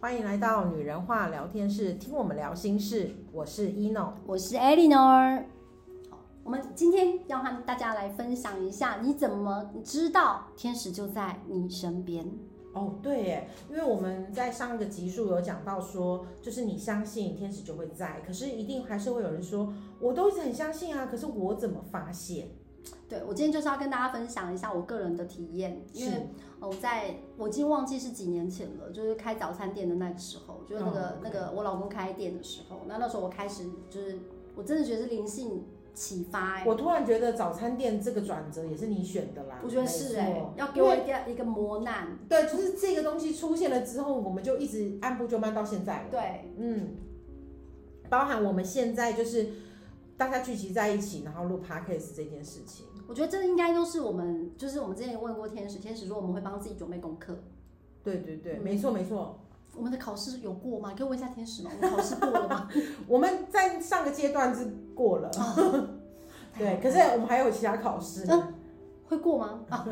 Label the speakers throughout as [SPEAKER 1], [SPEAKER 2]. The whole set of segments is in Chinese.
[SPEAKER 1] 欢迎来到女人话聊天室，听我们聊心事。我是 ino，
[SPEAKER 2] 我是 Eleanor。好，我们今天要和大家来分享一下，你怎么知道天使就在你身边？
[SPEAKER 1] 哦，对耶，因为我们在上一个集数有讲到说，就是你相信天使就会在，可是一定还是会有人说，我都一直很相信啊，可是我怎么发现？
[SPEAKER 2] 对我今天就是要跟大家分享一下我个人的体验，因为哦，在我已经忘记是几年前了，就是开早餐店的那个时候，就是那个、
[SPEAKER 1] 哦
[SPEAKER 2] 那个我老公开店的时候，那那时候我开始就是我真的觉得是灵性启发、欸，
[SPEAKER 1] 我突然觉得早餐店这个转折也是你选的啦，
[SPEAKER 2] 我觉得是哎、
[SPEAKER 1] 没错
[SPEAKER 2] 要给我一个一个磨难，
[SPEAKER 1] 对，就是这个东西出现了之后，我们就一直按部就班到现在了。
[SPEAKER 2] 对
[SPEAKER 1] 嗯，包含我们现在就是大家聚集在一起，然后录 podcast 这件事情。
[SPEAKER 2] 我觉得这应该都是我们就是我们之前问过天使，天使说我们会帮自己准备功课，
[SPEAKER 1] 对对对，
[SPEAKER 2] 嗯
[SPEAKER 1] 没错没错。
[SPEAKER 2] 我们的考试有过吗？可以问一下天使吗？我们考试过了吗？
[SPEAKER 1] 我们在上个阶段是过了，
[SPEAKER 2] 哦
[SPEAKER 1] 对，可是我们还有其他考试，
[SPEAKER 2] 会过吗？啊，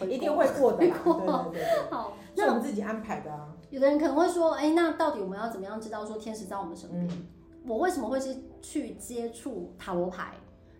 [SPEAKER 2] 会，
[SPEAKER 1] 一定会过的啦。
[SPEAKER 2] 会
[SPEAKER 1] 对
[SPEAKER 2] 过
[SPEAKER 1] 对对对，
[SPEAKER 2] 好。
[SPEAKER 1] 是
[SPEAKER 2] 那
[SPEAKER 1] 我们自己安排的啊。
[SPEAKER 2] 有的人可能会说，哎、那到底我们要怎么样知道说天使在我们身边？
[SPEAKER 1] 嗯，
[SPEAKER 2] 我为什么会去去接触塔罗牌？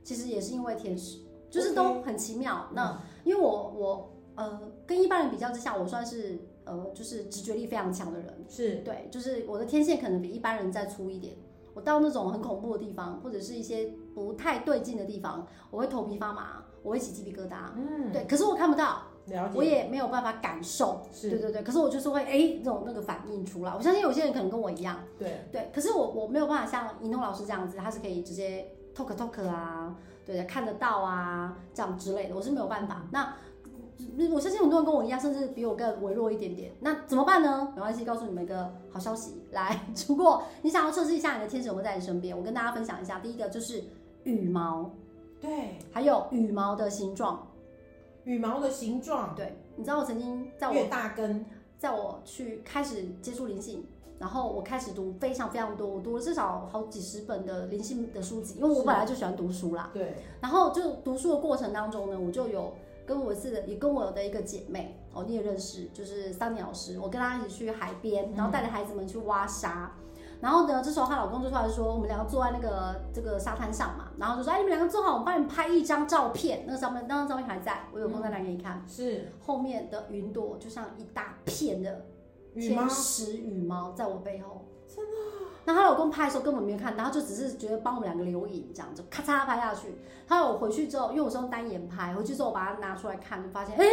[SPEAKER 2] 其实也是因为天使，就是都很奇妙。那因为我我呃跟一般人比较之下，我算是呃就是直觉力非常强的人，
[SPEAKER 1] 嗯是
[SPEAKER 2] 对，就是我的天线可能比一般人再粗一点。我到那种很恐怖的地方，或者是一些不太对劲的地方，我会头皮发麻，我会起鸡皮疙瘩。嗯，对，可是我看不到，
[SPEAKER 1] 了解，
[SPEAKER 2] 我也没有办法感受。对
[SPEAKER 1] 是
[SPEAKER 2] 对对，可是我就是会哎，这种那个反应出来。我相信有些人可能跟我一样，
[SPEAKER 1] 对，
[SPEAKER 2] 对，可是我我没有办法像一诺老师这样子，他是可以直接 talk talk 啊，对，看得到啊，这样之类的，我是没有办法。那我相信很多人跟我一样，甚至比我更微弱一点点。那怎么办呢？没关系，告诉你们一个好消息，来， 如果你想要测试一下你的天使有没有在你身边，我跟大家分享一下。第一个就是羽毛，
[SPEAKER 1] 对，
[SPEAKER 2] 还有羽毛的形状。
[SPEAKER 1] 羽毛的形状
[SPEAKER 2] 对，你知道我曾经在我
[SPEAKER 1] 越大根，
[SPEAKER 2] 在我去开始接触灵性，然后我开始读非常非常多，我读了至少好几十本的灵性的书籍，因为我
[SPEAKER 1] 是
[SPEAKER 2] 本来就喜欢读书啦。
[SPEAKER 1] 对，
[SPEAKER 2] 然后就读书的过程当中呢，我就有跟我是也跟我的一个姐妹哦，你也认识，就是桑尼老师，我跟她一起去海边，然
[SPEAKER 1] 嗯
[SPEAKER 2] 后带着孩子们去挖沙。然后呢，这时候她老公就出来说，我们两个坐在那个这个沙滩上嘛，然后就说，哎，你们两个坐好，我帮你们拍一张照片。那个上面那张照片还在，我有空再
[SPEAKER 1] 嗯
[SPEAKER 2] 拿给你看。
[SPEAKER 1] 是
[SPEAKER 2] 后面的云朵就像一大片的
[SPEAKER 1] 羽毛
[SPEAKER 2] 天，使羽毛在我背后，真的。啊那她老公拍的时候根本没有看到，他就只是觉得帮我们两个留影，这样就咔嚓拍下去。后来我回去之后，因为我是用单眼拍，回去之后我把它拿出来看，就发现哎、诶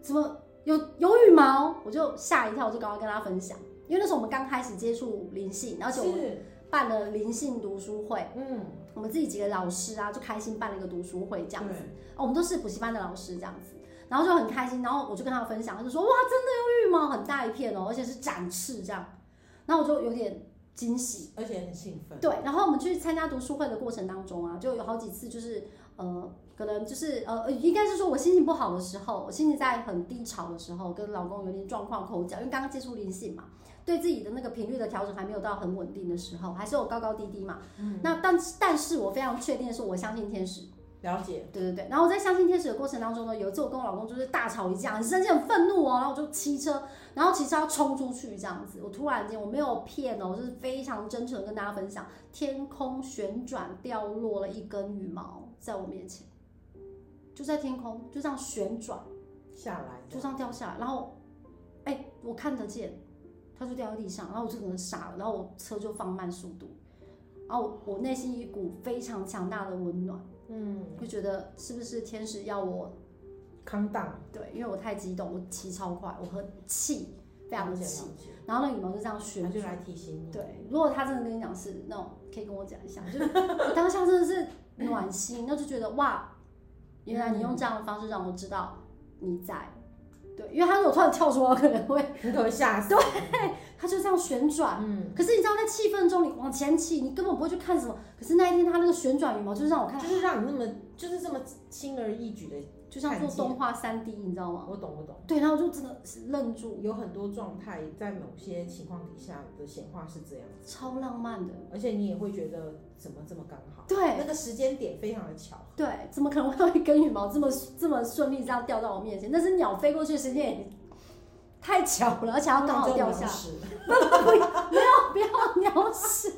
[SPEAKER 2] 怎么有有羽毛？我就吓一跳，我就赶快跟他分享，因为那时候我们刚开始接触灵性，而且我们
[SPEAKER 1] 是，
[SPEAKER 2] 办了灵性读书会，
[SPEAKER 1] 嗯，
[SPEAKER 2] 我们自己几个老师啊就开心办了一个读书会这样子。
[SPEAKER 1] 对
[SPEAKER 2] 哦，我们都是补习班的老师这样子，然后就很开心，然后我就跟他分享，他就说哇，真的有羽毛，很大一片哦，而且是展翅这样，然后我就有点惊喜。
[SPEAKER 1] 而且很兴奋，
[SPEAKER 2] 对，然后我们去参加读书会的过程当中啊，就有好几次就是呃，可能就是呃，应该是说我心情不好的时候，我心情在很低潮的时候，跟老公有点状况口角，因为刚刚接触灵性嘛，对自己的那个频率的调整还没有到很稳定的时候，还是有高高低低嘛。
[SPEAKER 1] 嗯
[SPEAKER 2] 那但但是我非常确定的是，我相信天使。
[SPEAKER 1] 了解，
[SPEAKER 2] 对对对，然后我在相信天使的过程当中呢，有一次我跟我老公就是大吵一架，很生气、很愤怒哦，然后我就骑车，然后骑车要冲出去这样子，我突然间我没有骗哦，我就是非常真诚地跟大家分享，天空旋转掉落了一根羽毛在我面前，就在天空就这样旋转，
[SPEAKER 1] 下来
[SPEAKER 2] 就
[SPEAKER 1] 的，
[SPEAKER 2] 这样掉下来，然后哎我看得见，它就掉在地上，然后我就可能傻了，然后我车就放慢速度，然后我我内心一股非常强大的温暖。
[SPEAKER 1] 嗯，
[SPEAKER 2] 会觉得是不是天使要我？
[SPEAKER 1] 康荡，
[SPEAKER 2] 对，因为我太激动，我骑超快，我很气，非常
[SPEAKER 1] 了
[SPEAKER 2] 的
[SPEAKER 1] 解
[SPEAKER 2] 气。
[SPEAKER 1] 了解，
[SPEAKER 2] 然后那羽毛就这
[SPEAKER 1] 他
[SPEAKER 2] 样旋
[SPEAKER 1] 就
[SPEAKER 2] 转。
[SPEAKER 1] 来提醒你，
[SPEAKER 2] 对，如果他真的跟你讲是那种，可以跟我讲一下，就是我当下真的是暖心，那就觉得哇，原来你用这样的方式让我知道你在。对，因为他如果突然跳出来，我可能会，
[SPEAKER 1] 你可能吓死，
[SPEAKER 2] 他就这样旋转。
[SPEAKER 1] 嗯，
[SPEAKER 2] 可是你知道，在气氛中，你往前骑，你根本不会去看什么。可是那一天，他那个旋转羽毛，就是让我看，
[SPEAKER 1] 就是让你那么就是这么轻而易举的，
[SPEAKER 2] 就像做动画三 D，你知道吗？
[SPEAKER 1] 我懂我懂，
[SPEAKER 2] 对，然后我就真的是愣住，
[SPEAKER 1] 有很多状态在某些情况底下的显化是这样，
[SPEAKER 2] 超浪漫的。
[SPEAKER 1] 而且你也会觉得怎么这么刚好，
[SPEAKER 2] 对
[SPEAKER 1] 那个时间点非常的巧，
[SPEAKER 2] 对，怎么可能会有一根羽毛这么这么顺利这样掉到我面前？但是鸟飞过去的时间也太巧了，而且要刚好掉下
[SPEAKER 1] 那。就鸟屎
[SPEAKER 2] 不要鸟屎。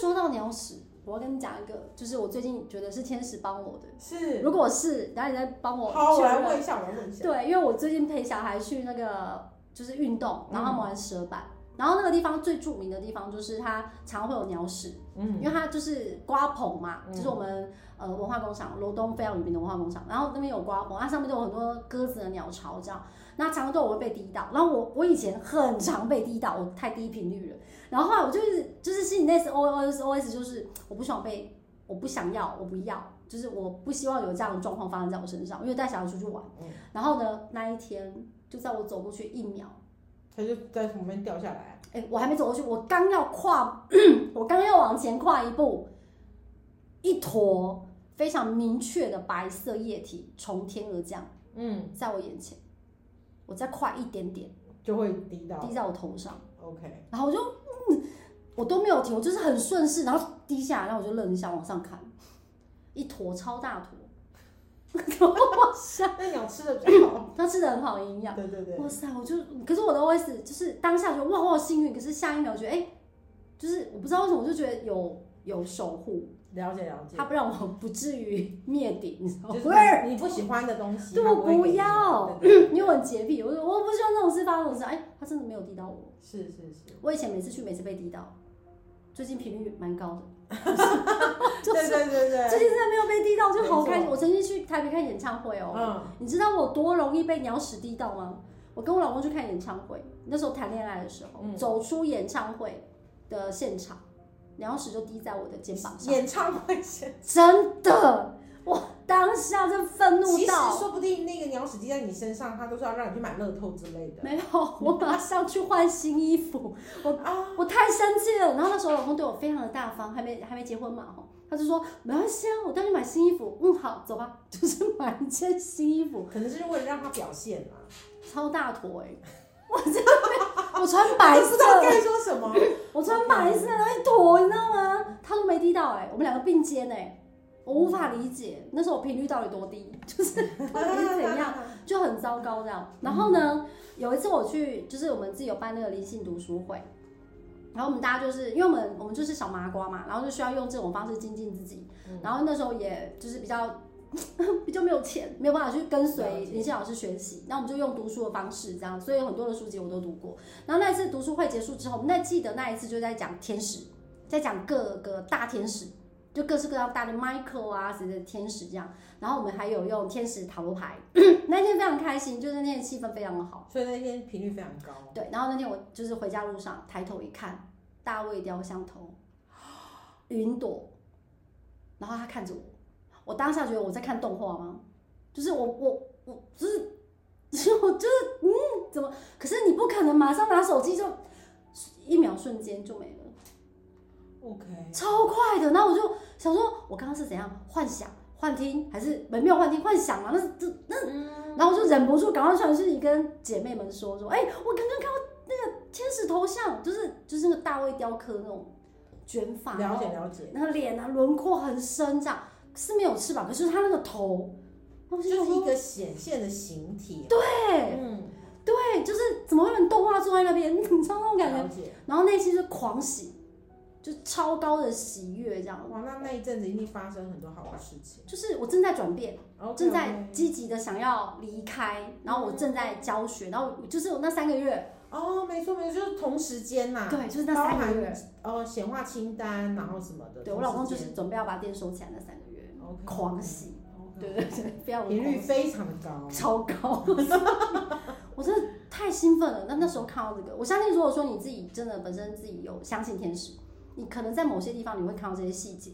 [SPEAKER 2] 说到鸟屎，我要跟你讲一个，就是我最近觉得是天使帮我的。
[SPEAKER 1] 是，
[SPEAKER 2] 如果是，等下你再帮我
[SPEAKER 1] 好，我
[SPEAKER 2] 确
[SPEAKER 1] 来
[SPEAKER 2] 认。
[SPEAKER 1] 问一下，我来问一下，
[SPEAKER 2] 对，因为我最近陪小孩去那个就是运动，
[SPEAKER 1] 嗯
[SPEAKER 2] 然后他们玩蛇板。然后那个地方最著名的地方就是它常会有鸟屎，
[SPEAKER 1] 嗯
[SPEAKER 2] 因为它就是瓜棚嘛，
[SPEAKER 1] 嗯
[SPEAKER 2] 就是我们呃文化工厂罗东非常有名的文化工厂，然后那边有瓜棚，啊它上面都有很多鸽子的鸟巢这样，那常常都我会被滴到，然后我我以前很常被滴到，我太低频率了，然后后来我就是就是心里那次 O O S O S 就是我不想被，我不想要，我不要，就是我不希望有这样的状况发生在我身上，因为带小孩出去玩，
[SPEAKER 1] 嗯
[SPEAKER 2] 然后呢那一天就在我走过去一秒。
[SPEAKER 1] 他就在旁边掉下来，
[SPEAKER 2] 哎、我还没走过去，我刚要跨， 我刚要往前跨一步，一坨非常明确的白色液体从天而降，
[SPEAKER 1] 嗯，
[SPEAKER 2] 在我眼前，我再跨一点点，
[SPEAKER 1] 就会滴到
[SPEAKER 2] 滴在我头上，
[SPEAKER 1] ，OK，
[SPEAKER 2] 然后我就，嗯，我都没有停，我就是很顺势，然后滴下来，然后我就愣一下往上看，一坨超大坨，哇塞，
[SPEAKER 1] 那鸟吃的比较 好，
[SPEAKER 2] 它吃的很好营养。
[SPEAKER 1] 对对对，
[SPEAKER 2] 哇塞，我就可是我的 OS 就是当下觉得哇我好幸运，可是下一秒觉得哎、就是我不知道为什么我就觉得有有守护，
[SPEAKER 1] 了解了解
[SPEAKER 2] 它，不让我不至于灭顶，你知道吗
[SPEAKER 1] 就？
[SPEAKER 2] 哦不是
[SPEAKER 1] 是你不喜欢的东西，
[SPEAKER 2] 对
[SPEAKER 1] 它
[SPEAKER 2] 我
[SPEAKER 1] 会
[SPEAKER 2] 不
[SPEAKER 1] 给你
[SPEAKER 2] 要
[SPEAKER 1] 对对对
[SPEAKER 2] 因为我很洁癖，我说我不喜欢这种事发生这种事，哎、它真的没有滴到我。
[SPEAKER 1] 是是是，
[SPEAKER 2] 我以前每次去每次被滴到，最近频率蛮高 的，就
[SPEAKER 1] 对
[SPEAKER 2] 是
[SPEAKER 1] 对对
[SPEAKER 2] 最
[SPEAKER 1] 对，
[SPEAKER 2] 近真的没有被滴到就好开
[SPEAKER 1] 没
[SPEAKER 2] 心。我曾经去台北看演唱会哦、
[SPEAKER 1] 嗯，
[SPEAKER 2] 你知道我多容易被鸟屎滴到吗？我跟我老公去看演唱会，那时候谈恋爱的时候，
[SPEAKER 1] 嗯
[SPEAKER 2] 走出演唱会的现场，鸟屎就滴在我的肩膀上，
[SPEAKER 1] 演唱会现
[SPEAKER 2] 真的，我当下就愤怒
[SPEAKER 1] 其实
[SPEAKER 2] 到，
[SPEAKER 1] 说不定那个鸟屎滴在你身上，它都是要让你去买乐透之类的
[SPEAKER 2] 没有，我马上去换新衣服，
[SPEAKER 1] 啊，
[SPEAKER 2] 我太生气了。然后那时候我老公对我非常的大方，还没还没结婚嘛，吼他就说没关系啊，我带你买新衣服，嗯，好，走吧， 就是买一件新衣服，
[SPEAKER 1] 可能是为了让它表现啊，
[SPEAKER 2] 超大坨哎、我真的没，我穿白
[SPEAKER 1] 我不
[SPEAKER 2] 色
[SPEAKER 1] 知道该说什 么，
[SPEAKER 2] 我穿白色那一坨，你知道吗？他都没滴到哎、我们两个并肩哎、我无法理解那时候我频率到底多低，就是到底是怎样，就很糟糕这
[SPEAKER 1] 嗯
[SPEAKER 2] 样。然后呢，有一次我去，就是我们自己有办那个灵性读书会，然后我们大家就是因为我们我们就是小麻瓜嘛，然后就需要用这种方式精进自己
[SPEAKER 1] 嗯，
[SPEAKER 2] 然后那时候也就是比较。 比较没有钱，没有办法去跟随
[SPEAKER 1] 了解
[SPEAKER 2] 林信老师学习，那我们就用读书的方式，这样，所以很多的书籍我都读过。然后那一次读书会结束之后，我们那记得那一次就在讲天使，在讲各个大天使，就各式各样大的 Michael 啊谁的天使这样。然后我们还有用天使塔罗牌， 那天非常开心，就是那天气氛非常的好。
[SPEAKER 1] 所以那天频率非常高，
[SPEAKER 2] 对，然后那天我就是回家路上抬头一看，大卫雕像头，云朵，然后他看着我，我当下觉得我在看动画吗？就是我我我就是， 就是我就是嗯，怎么？可是你不可能马上拿手机就一秒瞬间就没了。
[SPEAKER 1] ，OK，
[SPEAKER 2] 超快的。那我就想说，我刚刚是怎样幻想、幻听，还是没有幻听、幻想啊嘛？那是这那，然后我就忍不住赶快传讯息跟姐妹们说说，哎、我刚刚看到那个天使头像，就是就是那个大卫雕刻那种卷发，
[SPEAKER 1] 了解了解，
[SPEAKER 2] 然后脸啊轮廓很深，这样是没有翅膀，可是他那个头，那我就
[SPEAKER 1] 就
[SPEAKER 2] 想
[SPEAKER 1] 是一
[SPEAKER 2] 说，
[SPEAKER 1] 个显现的形体，对，
[SPEAKER 2] 对
[SPEAKER 1] 嗯，
[SPEAKER 2] 对，就是怎么会有人动画坐在那边，你 知道那种感觉？
[SPEAKER 1] 了解，
[SPEAKER 2] 然后内心就狂喜，就超高的喜悦，这样
[SPEAKER 1] 哇，那那一阵子一定发生很多好的事情，
[SPEAKER 2] 就是我正在转变。
[SPEAKER 1] 然后
[SPEAKER 2] 正在积极的想要离开，然后我正在教学，然后就是我那三个月，
[SPEAKER 1] 哦，没错没错，就是同时间呐、
[SPEAKER 2] 对，就是那三个月，
[SPEAKER 1] 哦，显化清单，然后什么的，
[SPEAKER 2] 对我老公就是准备要把店收起来那三个月，
[SPEAKER 1] OK，
[SPEAKER 2] 狂喜，对
[SPEAKER 1] OK，
[SPEAKER 2] 对对，非常
[SPEAKER 1] 频率
[SPEAKER 2] 狂
[SPEAKER 1] 非常的高，
[SPEAKER 2] 超高，我真的太兴奋了。那那时候看到这个，我相信如果说你自己真的本身自己有相信天使，你可能在某些地方你会看到这些细节，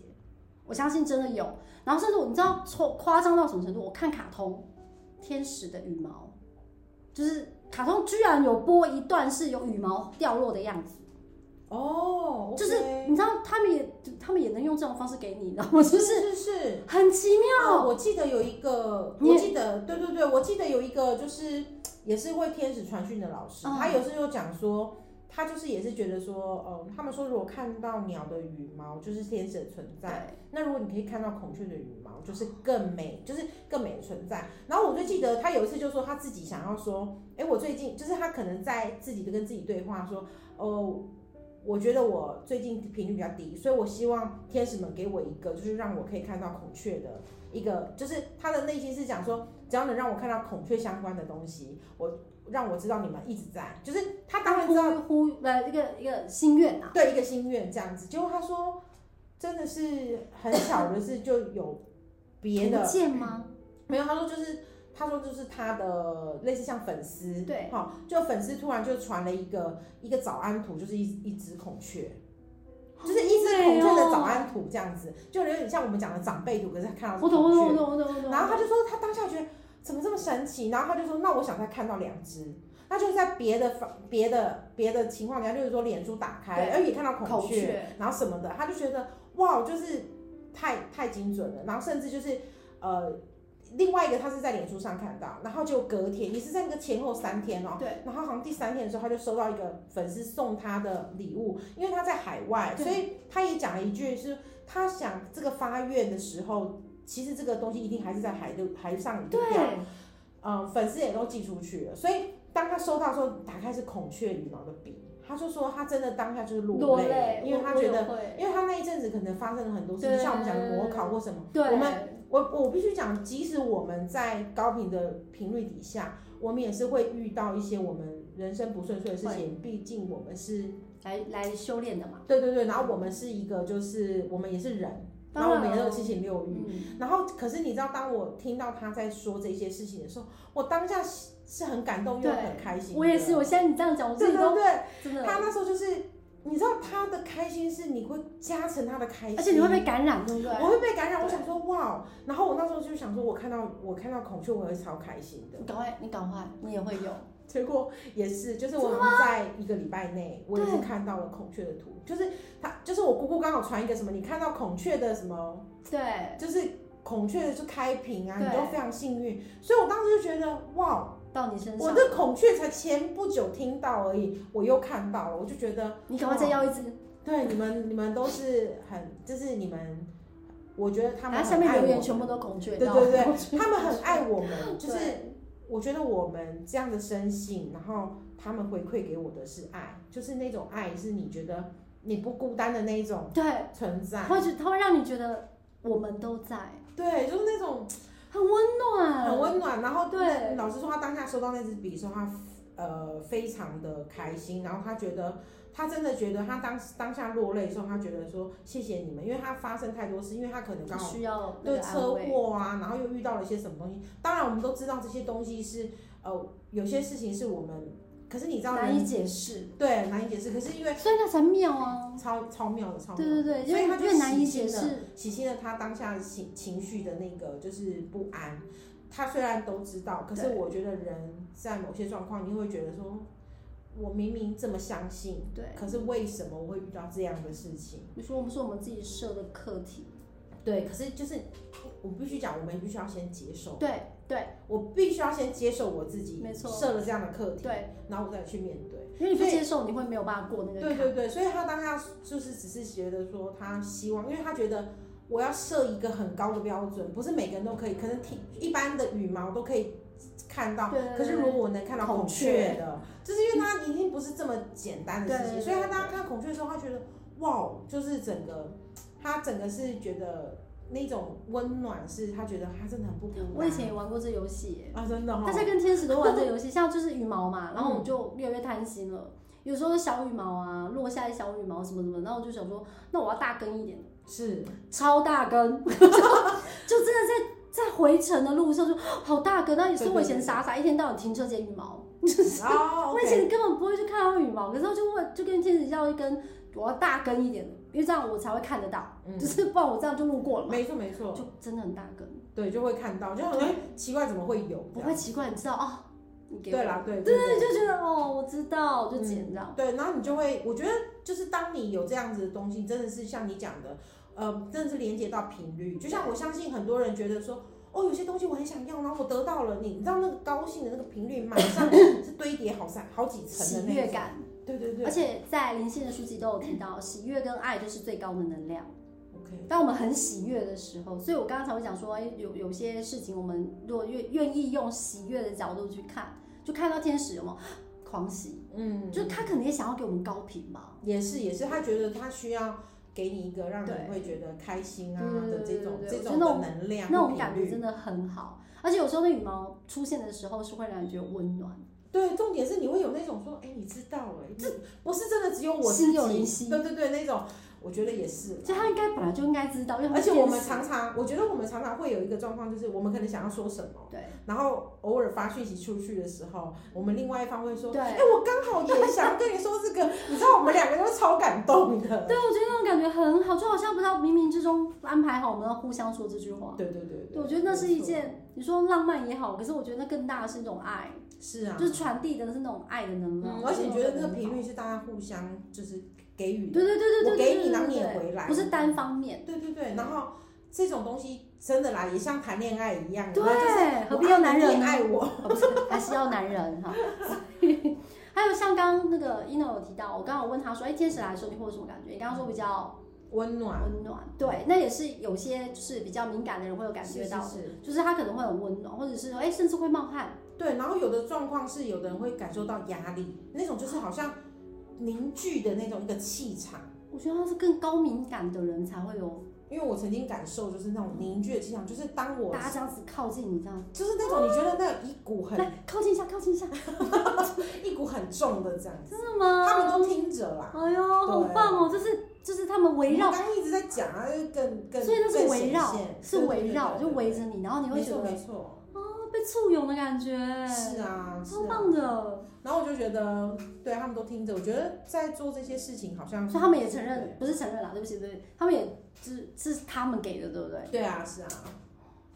[SPEAKER 2] 我相信真的有。然后甚至我你知道错夸张到什么程度？我看卡通天使的羽毛，就是卡通居然有播一段是有羽毛掉落的样子，
[SPEAKER 1] 哦，OK，
[SPEAKER 2] 就是你知道他们也他们也能用这种方式给你，然后就是
[SPEAKER 1] 是
[SPEAKER 2] 是
[SPEAKER 1] 是。
[SPEAKER 2] 很奇妙。
[SPEAKER 1] 啊我记得有一个，
[SPEAKER 2] 你也
[SPEAKER 1] 我记得，对对对，我记得有一个就是也是会天使传讯的老师，
[SPEAKER 2] 嗯
[SPEAKER 1] 他有时候有讲说，他就是也是觉得说，哦，他们说如果看到鸟的羽毛就是天使的存在，
[SPEAKER 2] 对，
[SPEAKER 1] 那如果你可以看到孔雀的羽毛，就是更美，就是更美的存在。然后我最记得他有一次就说他自己想要说，哎，我最近就是他可能在自己跟自己对话说，哦。我觉得我最近频率比较低，所以我希望天使们给我一个，就是让我可以看到孔雀的一个，就是他的内心是讲说，只要能让我看到孔雀相关的东西，我让我知道你们一直在，就是他当然知道
[SPEAKER 2] 呼呼呃一个一个心愿啊，
[SPEAKER 1] 对一个心愿这样子。结果他说，真的是很巧的是就有别的
[SPEAKER 2] 图鉴吗？
[SPEAKER 1] 没有，他说就是。他说就是他的类似像粉丝，
[SPEAKER 2] 对
[SPEAKER 1] 哈、就粉丝突然就传了一个一个早安图，就是一一只孔雀，就是一只孔雀的早安图这样子，就有点像我们讲的长辈图，可是他看到
[SPEAKER 2] 好
[SPEAKER 1] 是
[SPEAKER 2] 哦美哦。我懂，我
[SPEAKER 1] 孔雀
[SPEAKER 2] 懂，我懂，我懂，我懂。
[SPEAKER 1] 然后他就说他当下觉得怎么这么神奇，然后他就说那我想再看到两只，那就是在别的方别的别的情况下，就是说脸书打开，
[SPEAKER 2] 对
[SPEAKER 1] 而且看到
[SPEAKER 2] 孔
[SPEAKER 1] 雀，
[SPEAKER 2] 雀，
[SPEAKER 1] 然后什么的，他就觉得哇，就是太太精准了，然后甚至就是呃。另外一个他是在脸书上看到，然后就隔天也是在那个前后三天哦、
[SPEAKER 2] 对，
[SPEAKER 1] 然后好像第三天的时候，他就收到一个粉丝送他的礼物，因为他在海外，
[SPEAKER 2] 对
[SPEAKER 1] 所以他也讲了一句是，他想这个发愿的时候，其实这个东西一定还是在海的海上流掉，
[SPEAKER 2] 对，
[SPEAKER 1] 嗯，粉丝也都寄出去了，所以当他收到的时候，打开是孔雀羽毛的笔，他就说他真的当下就是落泪，因为他觉得。
[SPEAKER 2] 得，我也会
[SPEAKER 1] 因为他那一阵子可能发生了很多事情，
[SPEAKER 2] 对
[SPEAKER 1] 像我们讲的模考或什么，
[SPEAKER 2] 对，
[SPEAKER 1] 我们我我必须讲，即使我们在高频的频率底下，我们也是会遇到一些我们人生不顺遂的事情。毕竟我们是，
[SPEAKER 2] 来来修炼的嘛。
[SPEAKER 1] 对对对，然后我们是一个，就是我们也是人，然后我们也有七情六欲。
[SPEAKER 2] 嗯，
[SPEAKER 1] 然后，可是你知道，当我听到他在说这些事情的时候，我当下是是很感动又
[SPEAKER 2] 对
[SPEAKER 1] 很开心。
[SPEAKER 2] 我也是，，我现在你这样讲，我自
[SPEAKER 1] 对
[SPEAKER 2] 己
[SPEAKER 1] 对
[SPEAKER 2] 都
[SPEAKER 1] 对，
[SPEAKER 2] 真的，
[SPEAKER 1] 他那时候就是，你知道他的开心是你会加成他的开心，
[SPEAKER 2] 而且你会被感染，对不对？
[SPEAKER 1] 我会被感染，
[SPEAKER 2] 对
[SPEAKER 1] 我想说哇，哦然后我那时候就想说，我看到我看到孔雀，我会超开心的。
[SPEAKER 2] 你赶快，你赶快，你也会有。
[SPEAKER 1] 结果也是，就是我们在一个礼拜内，我已经看到了孔雀的图，就是他，就是我姑姑刚好传一个什么，你看到孔雀的什么，
[SPEAKER 2] 对，
[SPEAKER 1] 就是孔雀的就开屏啊，你
[SPEAKER 2] 对
[SPEAKER 1] 都非常幸运，所以我当时就觉得哇，哦
[SPEAKER 2] 到你身
[SPEAKER 1] 我
[SPEAKER 2] 上，
[SPEAKER 1] 的孔雀才前不久听到而已，我又看到了，我就觉得
[SPEAKER 2] 你赶快
[SPEAKER 1] 哦
[SPEAKER 2] 再要一只。
[SPEAKER 1] 对你们，你们都是很，就是你们，我觉得他们
[SPEAKER 2] 然
[SPEAKER 1] 很
[SPEAKER 2] 后下面
[SPEAKER 1] 爱
[SPEAKER 2] 留言
[SPEAKER 1] 我
[SPEAKER 2] 全部都孔雀，
[SPEAKER 1] 对
[SPEAKER 2] 你知道吗
[SPEAKER 1] 对对
[SPEAKER 2] 孔雀
[SPEAKER 1] 他们很爱我们，就是
[SPEAKER 2] 对
[SPEAKER 1] 我觉得我们这样的生性，然后他们回馈给我的是爱，就是那种爱是你觉得你不孤单的那一种
[SPEAKER 2] 对，
[SPEAKER 1] 存 在，
[SPEAKER 2] 会觉他会让你觉得我们都在，
[SPEAKER 1] 对，就是那种
[SPEAKER 2] 很温暖，
[SPEAKER 1] 很温暖。然后
[SPEAKER 2] 对
[SPEAKER 1] 老实说，他当下收到那支笔的时候，他呃非常的开心，然后他觉得。他真的觉得他当当下落泪的时候，他觉得说谢谢你们，因为他发生太多事，因为他可能刚好
[SPEAKER 2] 需要那
[SPEAKER 1] 对
[SPEAKER 2] 个安
[SPEAKER 1] 车
[SPEAKER 2] 慰。
[SPEAKER 1] 祸啊，然后又遇到了一些什么东西。当然，我们都知道这些东西是呃，有些事情是我们，可是你知道
[SPEAKER 2] 难以
[SPEAKER 1] 人
[SPEAKER 2] 解释，
[SPEAKER 1] 对难以解释，可是因为
[SPEAKER 2] 所以那才妙啊！
[SPEAKER 1] 超超妙的超妙
[SPEAKER 2] 对
[SPEAKER 1] 的，
[SPEAKER 2] 对对，因
[SPEAKER 1] 所以他
[SPEAKER 2] 为
[SPEAKER 1] 就
[SPEAKER 2] 越难以
[SPEAKER 1] 洗
[SPEAKER 2] 解
[SPEAKER 1] 清了
[SPEAKER 2] 释，
[SPEAKER 1] 洗清了他当下情情绪的那个就是不安。他虽然都知道，可是
[SPEAKER 2] 对
[SPEAKER 1] 我觉得人在某些状况，你会觉得说，我明明这么相信，
[SPEAKER 2] 对。
[SPEAKER 1] 可是为什么我会遇到这样的事情？
[SPEAKER 2] 你说我们是我们自己设的课题，
[SPEAKER 1] 对，可是就是我必须讲，我们必须要先接受。
[SPEAKER 2] 对对
[SPEAKER 1] 我必须要先接受我自己，
[SPEAKER 2] 没错
[SPEAKER 1] 设了这样的课题，
[SPEAKER 2] 对，
[SPEAKER 1] 然后我再去面对。
[SPEAKER 2] 因为你不
[SPEAKER 1] 所以
[SPEAKER 2] 接受，你会没有办法过那个
[SPEAKER 1] 对
[SPEAKER 2] 坎。
[SPEAKER 1] 对对，所以他当下就是只是觉得说他希望，因为他觉得我要设一个很高的标准，不是每个人都可以，可能挺一般的羽毛都可以看到，
[SPEAKER 2] 对对对
[SPEAKER 1] 可是如果我能看到孔
[SPEAKER 2] 孔
[SPEAKER 1] 雀
[SPEAKER 2] 雀
[SPEAKER 1] 的，就是因为他已经不是这么简单的事情，
[SPEAKER 2] 对对
[SPEAKER 1] 所
[SPEAKER 2] 对
[SPEAKER 1] 以他当他看孔雀的时候，他觉得哇，哦就是整个他整个是觉得那种温暖，是他觉得他真的很不孤单。
[SPEAKER 2] 我以前也玩过这游戏耶，
[SPEAKER 1] 啊，真的哈、
[SPEAKER 2] 大家跟天使都玩这游戏，像就是羽毛嘛，然后我就越来越贪心了。有时候小羽毛啊，落下一小羽毛什么什么，然后我就想说，那我要大根一点，
[SPEAKER 1] 是。
[SPEAKER 2] 超大根， 就就真的在在回程的路上就好大根。那也是我以前傻傻一天到晚停车捡羽毛，
[SPEAKER 1] 哦，
[SPEAKER 2] 我以前根本不会去看到羽毛，可是我就问，就跟天使要一根，我要大根一点的，因为这样我才会看得到，
[SPEAKER 1] 嗯
[SPEAKER 2] 就是不然我这样就路过了嘛，
[SPEAKER 1] 没错没错，
[SPEAKER 2] 就真的很大根，
[SPEAKER 1] 对，就会看到，就很哎奇怪怎么会有这
[SPEAKER 2] 不
[SPEAKER 1] 样，
[SPEAKER 2] 会奇怪，你知道哦，你给我，
[SPEAKER 1] 啊对啦，对
[SPEAKER 2] 对对
[SPEAKER 1] 对
[SPEAKER 2] 对，就觉得哦，我知道，我就捡这样，
[SPEAKER 1] 对，然后你就会，我觉得就是当你有这样子的东西，真的是像你讲的，呃，真的是连接到频率，就像我相信很多人觉得说。哦，有些东西我很想要，然后我得到了你，你知道那个高兴的那个频率，马上是堆叠好三好几层的
[SPEAKER 2] 喜
[SPEAKER 1] 那
[SPEAKER 2] 悦
[SPEAKER 1] 种。
[SPEAKER 2] 感，
[SPEAKER 1] 对对对
[SPEAKER 2] 而且在灵性的书籍都有提到，喜悦跟爱就是最高的能量。
[SPEAKER 1] ，OK，
[SPEAKER 2] 当我们很喜悦的时候，所以我刚刚才会讲说，哎有有些事情我们如果愿愿意用喜悦的角度去看，就看到天使有没 有狂喜，
[SPEAKER 1] 嗯，
[SPEAKER 2] 就他可能也想要给我们高频嘛。
[SPEAKER 1] 也是也是，他觉得他需要给你一个让你
[SPEAKER 2] 对
[SPEAKER 1] 会觉得开心啊
[SPEAKER 2] 对对
[SPEAKER 1] 的这种
[SPEAKER 2] 对对
[SPEAKER 1] 这
[SPEAKER 2] 对
[SPEAKER 1] 种
[SPEAKER 2] 我觉得那
[SPEAKER 1] 的
[SPEAKER 2] 种
[SPEAKER 1] 能量
[SPEAKER 2] 那
[SPEAKER 1] 和
[SPEAKER 2] 种感
[SPEAKER 1] 频
[SPEAKER 2] 觉
[SPEAKER 1] 率
[SPEAKER 2] 真的很好。而且有时候那羽毛出现的时候是会让人觉得温暖，
[SPEAKER 1] 对，重点是你会有那种说，哎、你知道哎、这不是真的只有我自
[SPEAKER 2] 嗯心
[SPEAKER 1] 己，
[SPEAKER 2] 有灵犀
[SPEAKER 1] 对对对，那种我觉得也是。
[SPEAKER 2] 就他应该本来就应该知道，因为他
[SPEAKER 1] 啊而且
[SPEAKER 2] 天
[SPEAKER 1] 我们
[SPEAKER 2] 使
[SPEAKER 1] 常常，我觉得我们常常会有一个状况，就是我们可能想要说什么，
[SPEAKER 2] 对
[SPEAKER 1] 然后偶尔发讯息出去的时候，我们另外一方会说，
[SPEAKER 2] 对
[SPEAKER 1] 哎、我刚好 也想跟你说这个，你知道我们两个都超感动的。
[SPEAKER 2] 对，我觉得那种感觉很好，就好像不知道冥冥之中安排好我们要互相说这句话。
[SPEAKER 1] 对对对
[SPEAKER 2] 对，我觉得那是一
[SPEAKER 1] 没
[SPEAKER 2] 件你说浪漫也好，可是我觉得那更大的是一种爱，
[SPEAKER 1] 错是啊，
[SPEAKER 2] 就是传递的是那种爱的能量。
[SPEAKER 1] 嗯，而且你觉得这个
[SPEAKER 2] 那种
[SPEAKER 1] 频率是大家互相就是给予
[SPEAKER 2] 对
[SPEAKER 1] 的，
[SPEAKER 2] 对对对对，
[SPEAKER 1] 我
[SPEAKER 2] 对
[SPEAKER 1] 给
[SPEAKER 2] 对
[SPEAKER 1] 你，然后
[SPEAKER 2] 对
[SPEAKER 1] 你也
[SPEAKER 2] 对
[SPEAKER 1] 回来，
[SPEAKER 2] 不是单方面，
[SPEAKER 1] 对对对，然后这种东西真的啦，也像谈恋爱一样，
[SPEAKER 2] 对
[SPEAKER 1] 然后哎就是
[SPEAKER 2] 何必要男人
[SPEAKER 1] 我
[SPEAKER 2] 呢
[SPEAKER 1] 爱你你也爱我？
[SPEAKER 2] 哦不是，还是要男人哈。 还有像刚刚那个 ino 有提到，我刚刚有问他说，哎，天使来的时候你会有什么感觉？你刚刚说比较
[SPEAKER 1] 温暖，
[SPEAKER 2] 温暖，对，那也是有些就是比较敏感的人会有感觉到，
[SPEAKER 1] 是是是
[SPEAKER 2] 就是他可能会很温暖，或者是说，哎，甚至会冒汗。
[SPEAKER 1] 对。然后有的状况是，有的人会感受到压力，那种就是好像凝聚的那种一个气场。
[SPEAKER 2] 我觉得他是更高敏感的人才会有，
[SPEAKER 1] 因为我曾经感受就是那种凝聚的气场，就是当我
[SPEAKER 2] 大家这样子靠近你这样，
[SPEAKER 1] 就是那种你觉得那一股很
[SPEAKER 2] 来靠近一下，靠近一下，
[SPEAKER 1] 一股很重的这样，
[SPEAKER 2] 真的吗？
[SPEAKER 1] 他们都听着啦。
[SPEAKER 2] 哎呦，好
[SPEAKER 1] 对啊
[SPEAKER 2] 棒哦！就是就是他们围绕
[SPEAKER 1] 我，刚刚一直在讲啊，就更更
[SPEAKER 2] 所以那是
[SPEAKER 1] 更
[SPEAKER 2] 围绕
[SPEAKER 1] 显现，
[SPEAKER 2] 是围绕，
[SPEAKER 1] 对
[SPEAKER 2] 就
[SPEAKER 1] 对对
[SPEAKER 2] 围着你，然后你会
[SPEAKER 1] 没
[SPEAKER 2] 觉
[SPEAKER 1] 错
[SPEAKER 2] 得
[SPEAKER 1] 没错，
[SPEAKER 2] 哦被簇拥的感觉，
[SPEAKER 1] 是啊，是
[SPEAKER 2] 超
[SPEAKER 1] 啊。
[SPEAKER 2] 棒的。
[SPEAKER 1] 然后我就觉得，对他们都听着，我觉得在做这些事情好像，
[SPEAKER 2] 所以他们也承认，不是承认啦，对不起，对不起，他们也是是他们给的，对不对？
[SPEAKER 1] 对啊，是啊，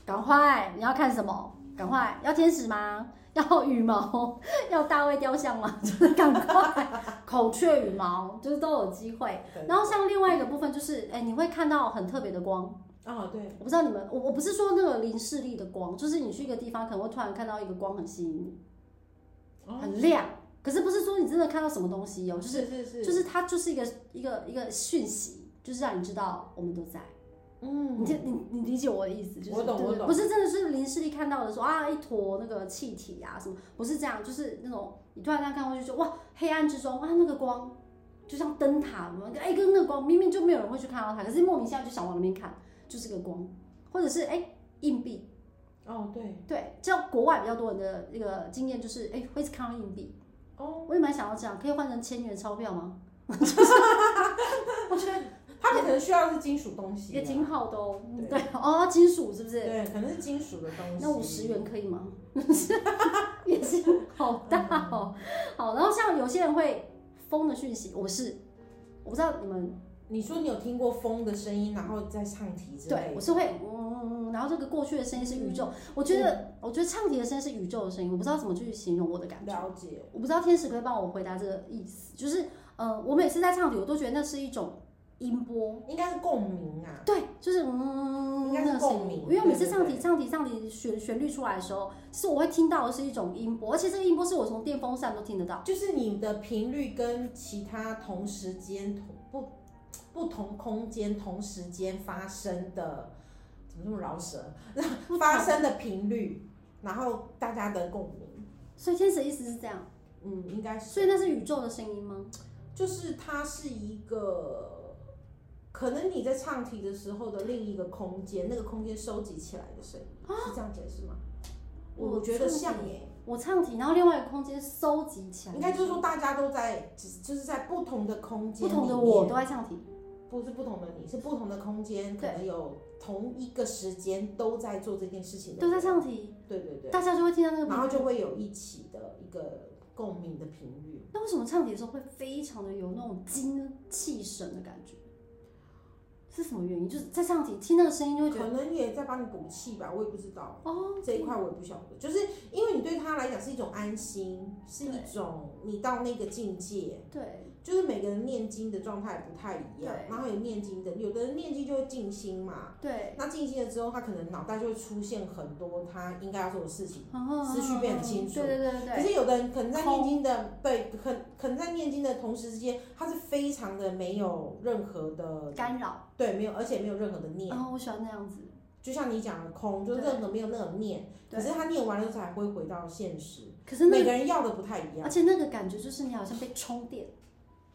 [SPEAKER 2] 赶快，你要看什么？赶快，要天使吗？要羽毛？ 要大卫雕像吗？ 就是赶快，孔雀羽毛，就是都有机会。
[SPEAKER 1] 对
[SPEAKER 2] 然后像另外一个部分就是，哎，你会看到很特别的光。
[SPEAKER 1] 哦对，
[SPEAKER 2] 我不知道你们，我我不是说那个零视力的光，就是你去一个地方可能会突然看到一个光很吸引你，
[SPEAKER 1] 哦
[SPEAKER 2] 很亮。可是不是说你真的看到什么东西哦，就是
[SPEAKER 1] 是是是，
[SPEAKER 2] 就是它就是一个一个一个讯息，就是让你知道我们都在。
[SPEAKER 1] 嗯
[SPEAKER 2] 你这你你理解我的意思，就是
[SPEAKER 1] 我懂
[SPEAKER 2] 对对
[SPEAKER 1] 我懂
[SPEAKER 2] 不是真的是临时力看到的说啊一坨那个气体啊什么，不是这样，就是那种你突然这样看过去就哇黑暗之中啊那个光，就像灯塔我们哎跟那个光明明就没有人会去看到它，可是莫名其妙就想往那边看，就是个光，或者是哎硬币，
[SPEAKER 1] 哦对，
[SPEAKER 2] 对，像国外比较多人的那个经验就是哎会一直看到硬币，
[SPEAKER 1] 哦，
[SPEAKER 2] 我也蛮想要这样，可以换成千元钞票吗？我觉得
[SPEAKER 1] 他们可能需要的是金属东西啦，
[SPEAKER 2] 也挺好的哦，
[SPEAKER 1] 啊对
[SPEAKER 2] 对哦金属是不是？
[SPEAKER 1] 对，可能是金属的东西，
[SPEAKER 2] 那五十元可以吗？ 也是好大哦。好，然后像有些人会风的讯息，我是我不知道你们，
[SPEAKER 1] 你说你有听过风的声音，然后再唱题之
[SPEAKER 2] 对
[SPEAKER 1] 类嗯
[SPEAKER 2] 我
[SPEAKER 1] 的，
[SPEAKER 2] 是会嗯嗯嗯，然后这个过去的声音是宇宙，我觉得我觉得唱题的声音是宇宙的声音，我不知道怎么去形容我的感觉，
[SPEAKER 1] 了解，
[SPEAKER 2] 我不知道天使可以帮我回答这个意思，就是呃，我每次在唱题，我都觉得那是一种音波，
[SPEAKER 1] 应该是共鸣啊，
[SPEAKER 2] 对，就是嗯，
[SPEAKER 1] 应该是
[SPEAKER 2] 那个声音
[SPEAKER 1] 共鸣
[SPEAKER 2] 因为我每次
[SPEAKER 1] 对对
[SPEAKER 2] 唱题、
[SPEAKER 1] 对
[SPEAKER 2] 唱题、唱题旋旋律出来的时候，是我会听到的是一种音波，而且这个音波是我从电风扇都听得到。
[SPEAKER 1] 就是你的频率跟其他同时间同不不同空间同时间发生的，怎么这么饶舌？发生的频率，然后大家的共鸣，
[SPEAKER 2] 所以天使的意思是这样，
[SPEAKER 1] 嗯，应该
[SPEAKER 2] 所以
[SPEAKER 1] 是，
[SPEAKER 2] 那是宇宙的声音吗？
[SPEAKER 1] 就是它是一个，可能你在唱题的时候的另一个空间，那个空间收集起来的声音，是这样解释吗？我
[SPEAKER 2] 我
[SPEAKER 1] 我觉得
[SPEAKER 2] 唱题
[SPEAKER 1] 像耶、
[SPEAKER 2] 我唱题，然后另外一个空间收集起来，
[SPEAKER 1] 应该就是说大家都在，只就是在不同的空间
[SPEAKER 2] 不
[SPEAKER 1] 里面，
[SPEAKER 2] 同的我都在唱题。
[SPEAKER 1] 不是不同的你，是不同的空间，可
[SPEAKER 2] 对
[SPEAKER 1] 能有同一个时间都在做这件事情的
[SPEAKER 2] 都
[SPEAKER 1] 人，
[SPEAKER 2] 在唱题，
[SPEAKER 1] 对对对，
[SPEAKER 2] 大家就会听到那个频
[SPEAKER 1] 然后
[SPEAKER 2] 率。
[SPEAKER 1] 就会有一起的一个共鸣的频率。
[SPEAKER 2] 那为什么唱题的时候会非常的有那种精气神的感觉？是什么原因？就是在上体听那个声音就会觉得
[SPEAKER 1] 可能也在帮你补气吧，我也不知道。
[SPEAKER 2] 哦，
[SPEAKER 1] 这一块我也不晓得，就是因为你对他来讲是一种安心，是
[SPEAKER 2] 对
[SPEAKER 1] 一种你到那个境界，
[SPEAKER 2] 对
[SPEAKER 1] 就是每个人念经的状态不太一样，
[SPEAKER 2] 对
[SPEAKER 1] 然后有念经的，有的人念经就会静心嘛，
[SPEAKER 2] 对，
[SPEAKER 1] 那静心了之后，他可能脑袋就会出现很多他应该要做的事情，
[SPEAKER 2] 哦
[SPEAKER 1] 思绪变很清楚
[SPEAKER 2] 对对对
[SPEAKER 1] 可
[SPEAKER 2] 对，
[SPEAKER 1] 是有的人可能在念经的，对，可可能在念经的同时之间，他是非常的没有任何的，
[SPEAKER 2] 嗯干扰。
[SPEAKER 1] 对，没有，而且没有任何的念，
[SPEAKER 2] 然后我喜欢那样子，
[SPEAKER 1] 就像你讲的空，就是
[SPEAKER 2] 对
[SPEAKER 1] 任何没有那种念，可
[SPEAKER 2] 对
[SPEAKER 1] 是他念完了才会回到现实。
[SPEAKER 2] 可是那
[SPEAKER 1] 每
[SPEAKER 2] 个，
[SPEAKER 1] 个人要的不太一
[SPEAKER 2] 而
[SPEAKER 1] 样，
[SPEAKER 2] 且那个感觉就是你好像被充电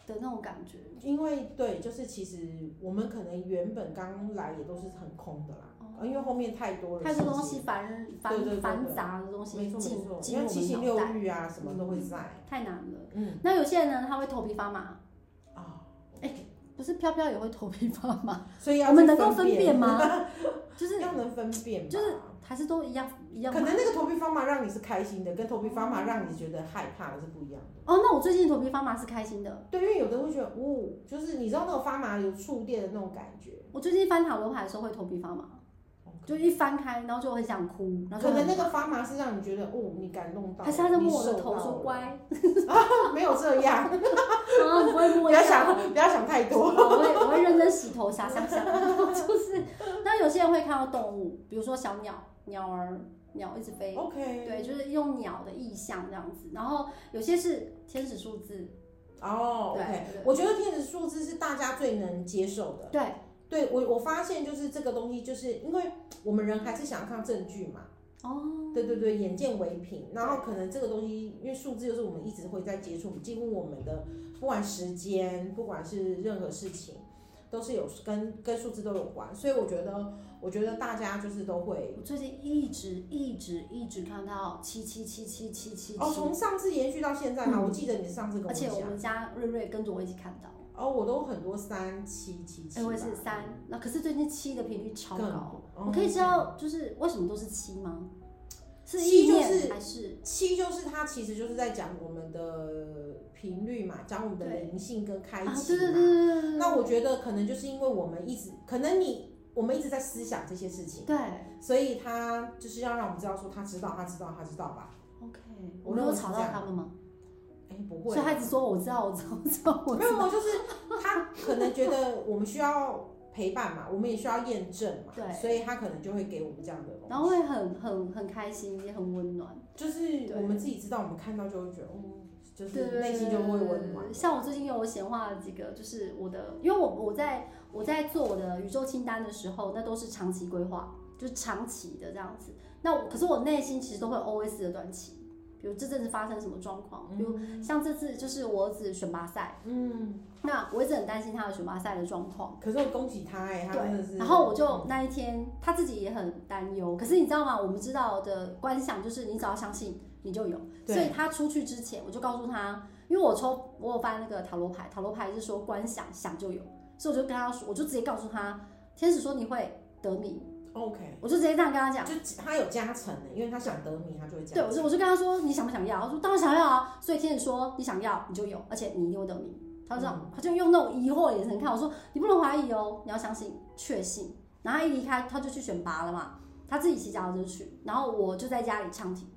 [SPEAKER 2] 的那种感觉。
[SPEAKER 1] 因为对，就是其实我们可能原本刚来也都是很空的啦，
[SPEAKER 2] 哦
[SPEAKER 1] 呃因为后面太多了，
[SPEAKER 2] 太多东西，繁
[SPEAKER 1] 对对对
[SPEAKER 2] 繁繁
[SPEAKER 1] 对
[SPEAKER 2] 杂的东
[SPEAKER 1] 没
[SPEAKER 2] 西
[SPEAKER 1] 错
[SPEAKER 2] 进
[SPEAKER 1] 没错，
[SPEAKER 2] 进
[SPEAKER 1] 因为七情
[SPEAKER 2] 入
[SPEAKER 1] 六
[SPEAKER 2] 我们脑袋，
[SPEAKER 1] 欲啊什么都会在，
[SPEAKER 2] 太难了。
[SPEAKER 1] 嗯
[SPEAKER 2] 那有些人呢，他会头皮 发麻，嗯
[SPEAKER 1] 啊，
[SPEAKER 2] 不是飘飘也会头皮发麻，
[SPEAKER 1] 所以要
[SPEAKER 2] 我们能
[SPEAKER 1] 去
[SPEAKER 2] 够分辨 吗？ 就是
[SPEAKER 1] 要能分辨吧，
[SPEAKER 2] 就是还是都一样一样
[SPEAKER 1] 可
[SPEAKER 2] 麻。
[SPEAKER 1] 能那个头皮发麻让你是开心的，跟头皮发麻让你觉得害怕的是不一样的。
[SPEAKER 2] 哦，那我最近头皮发麻是开心的。
[SPEAKER 1] 对，因为有的人会觉得，哦，就是你知道那种发麻有触电的那种感觉，
[SPEAKER 2] 我最近翻塔罗牌的时候会头皮发麻，就一翻开，然后就很想哭，然后
[SPEAKER 1] 可
[SPEAKER 2] 就
[SPEAKER 1] 能
[SPEAKER 2] 很
[SPEAKER 1] 那个发麻是让你觉得，哦，你感动到了，
[SPEAKER 2] 还是他在
[SPEAKER 1] 你
[SPEAKER 2] 摸我的
[SPEAKER 1] 受
[SPEAKER 2] 头
[SPEAKER 1] 到
[SPEAKER 2] 说
[SPEAKER 1] 了
[SPEAKER 2] 乖，
[SPEAKER 1] 没有 这样，
[SPEAKER 2] 啊，你不会摸
[SPEAKER 1] 不
[SPEAKER 2] 一
[SPEAKER 1] 要想
[SPEAKER 2] 下头。
[SPEAKER 1] 不要想太
[SPEAKER 2] 我
[SPEAKER 1] 多。
[SPEAKER 2] 会我会认真洗头，傻傻傻，就是。那有些人会看到动物，比如说小鸟、鸟儿、鸟一直
[SPEAKER 1] 哦
[SPEAKER 2] 飞，
[SPEAKER 1] OK，
[SPEAKER 2] 对，就是用鸟的意象这样子。然后有些是天使数字，
[SPEAKER 1] 哦、o
[SPEAKER 2] 对
[SPEAKER 1] k
[SPEAKER 2] 对
[SPEAKER 1] 我觉得天使数字是大家最能接受的。
[SPEAKER 2] 对，
[SPEAKER 1] 对我，我发现就是这个东西，就是因为我们人还是想要看证据嘛。
[SPEAKER 2] 哦，
[SPEAKER 1] 对对对，眼见为凭。然后可能这个东西，因为数字就是我们一直会在接触，几乎我们的不管时间，不管是任何事情，都是有跟跟数字都有关。所以我觉得，我觉得大家就是都会。
[SPEAKER 2] 我最近一直一直一直看到七七七七七七
[SPEAKER 1] 哦，
[SPEAKER 2] 七，
[SPEAKER 1] 从上次延续到现在嘛，
[SPEAKER 2] 嗯
[SPEAKER 1] 我记得你上次跟我
[SPEAKER 2] 而且
[SPEAKER 1] 讲
[SPEAKER 2] 我，们家瑞瑞跟着我一起看到，
[SPEAKER 1] 哦，我都很多三七七七吧，
[SPEAKER 2] 哎，
[SPEAKER 1] 哦
[SPEAKER 2] 我也是三，那可是最近七的频率超
[SPEAKER 1] 更
[SPEAKER 2] 高，
[SPEAKER 1] 多
[SPEAKER 2] 我可以知道就是为什么都是七吗？是
[SPEAKER 1] 七
[SPEAKER 2] 意
[SPEAKER 1] 就
[SPEAKER 2] 念
[SPEAKER 1] 是
[SPEAKER 2] 还是
[SPEAKER 1] 七就是它其实就是在讲我们的频率嘛，讲我们的
[SPEAKER 2] 对
[SPEAKER 1] 灵性跟开启嘛。
[SPEAKER 2] 啊？对对对对对对，
[SPEAKER 1] 那我觉得可能就是因为我们一直，可能你我们一直在思想这些事情，
[SPEAKER 2] 对
[SPEAKER 1] 所以他就是要让我们知道说他知道，他知道，他知道吧？
[SPEAKER 2] OK，
[SPEAKER 1] 我
[SPEAKER 2] 我没
[SPEAKER 1] 认为
[SPEAKER 2] 有
[SPEAKER 1] 是
[SPEAKER 2] 吵
[SPEAKER 1] 这
[SPEAKER 2] 到
[SPEAKER 1] 样
[SPEAKER 2] 他们吗？
[SPEAKER 1] 哎，不
[SPEAKER 2] 所
[SPEAKER 1] 会
[SPEAKER 2] 以，他一直说我知道我知道我知道我
[SPEAKER 1] 没有，我就是他可能觉得我们需要陪伴嘛，我们也需要验证嘛，
[SPEAKER 2] 对
[SPEAKER 1] 所以他可能就会给我们这样的东西。
[SPEAKER 2] 然后会很很很开心，也很温暖，
[SPEAKER 1] 就是
[SPEAKER 2] 对
[SPEAKER 1] 我们自己知道，我们看到就会觉得，哦，就
[SPEAKER 2] 对
[SPEAKER 1] 是内心就会温暖。
[SPEAKER 2] 像我最近有显化了几个，就是我的，因为我我在我在做我的宇宙清单的时候，那都是长期规划，就是长期的这样子。那我可是我内心其实都会 always 的短期，比如这阵子发生什么状况，比如像这次就是我儿子选拔赛，
[SPEAKER 1] 嗯，
[SPEAKER 2] 那我一直很担心他的选拔赛的状况。
[SPEAKER 1] 可是我恭喜他哎、他真的是。
[SPEAKER 2] 对，然后我就那一天他自己也很担忧，可是你知道吗？我们知道的观想就是你只要相信你就有，
[SPEAKER 1] 对
[SPEAKER 2] 所以他出去之前我就告诉他，因为我抽我有翻那个塔罗牌，塔罗牌是说观想想就有，所以我就跟他说，我就直接告诉他，天使说你会得名，
[SPEAKER 1] OK，
[SPEAKER 2] 我就直接这样跟他讲。
[SPEAKER 1] 就他有加成欸的，因为他想得名，他就会加
[SPEAKER 2] 对，
[SPEAKER 1] 成。
[SPEAKER 2] 我就我就跟他说你想不想要？他说当然想要啊。所以天使说你想要你就有，而且你一定会得名。他就这样，
[SPEAKER 1] 嗯
[SPEAKER 2] 他就用那种疑惑的眼神看我说你不能怀疑哦，你要相信，确信。然后他一离开，他就去选拔了嘛，他自己骑脚踏车去，然后我就在家里唱题。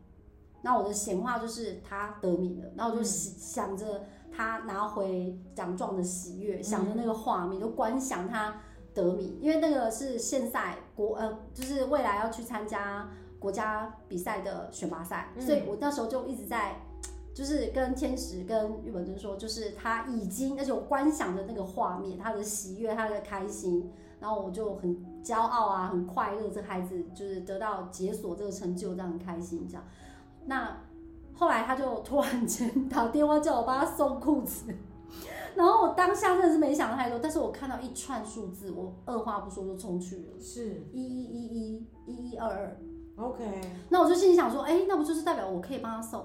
[SPEAKER 2] 那我的闲话就是他得名了，然后我就
[SPEAKER 1] 嗯
[SPEAKER 2] 想想着他拿回奖状的喜悦，
[SPEAKER 1] 嗯
[SPEAKER 2] 想着那个画面，就观想他得名，因为那个是现在国呃，就是未来要去参加国家比赛的选拔赛，
[SPEAKER 1] 嗯
[SPEAKER 2] 所以我那时候就一直在，就是跟天使跟玉本尊说，就是他已经，而且我观想的那个画面，他的喜悦，他的开心，然后我就很骄傲啊，很快乐，这孩子就是得到解锁这个成就，这样很开心这样。那后来他就突然间打电话叫我帮他送裤子。 然后我当下真的是没想太多，但是我看到一串数字，我二话不说就冲去了，
[SPEAKER 1] 是
[SPEAKER 2] 一一一一一一二二。
[SPEAKER 1] OK，
[SPEAKER 2] 那我就心里想说，哎，那不就是代表我可以帮他送？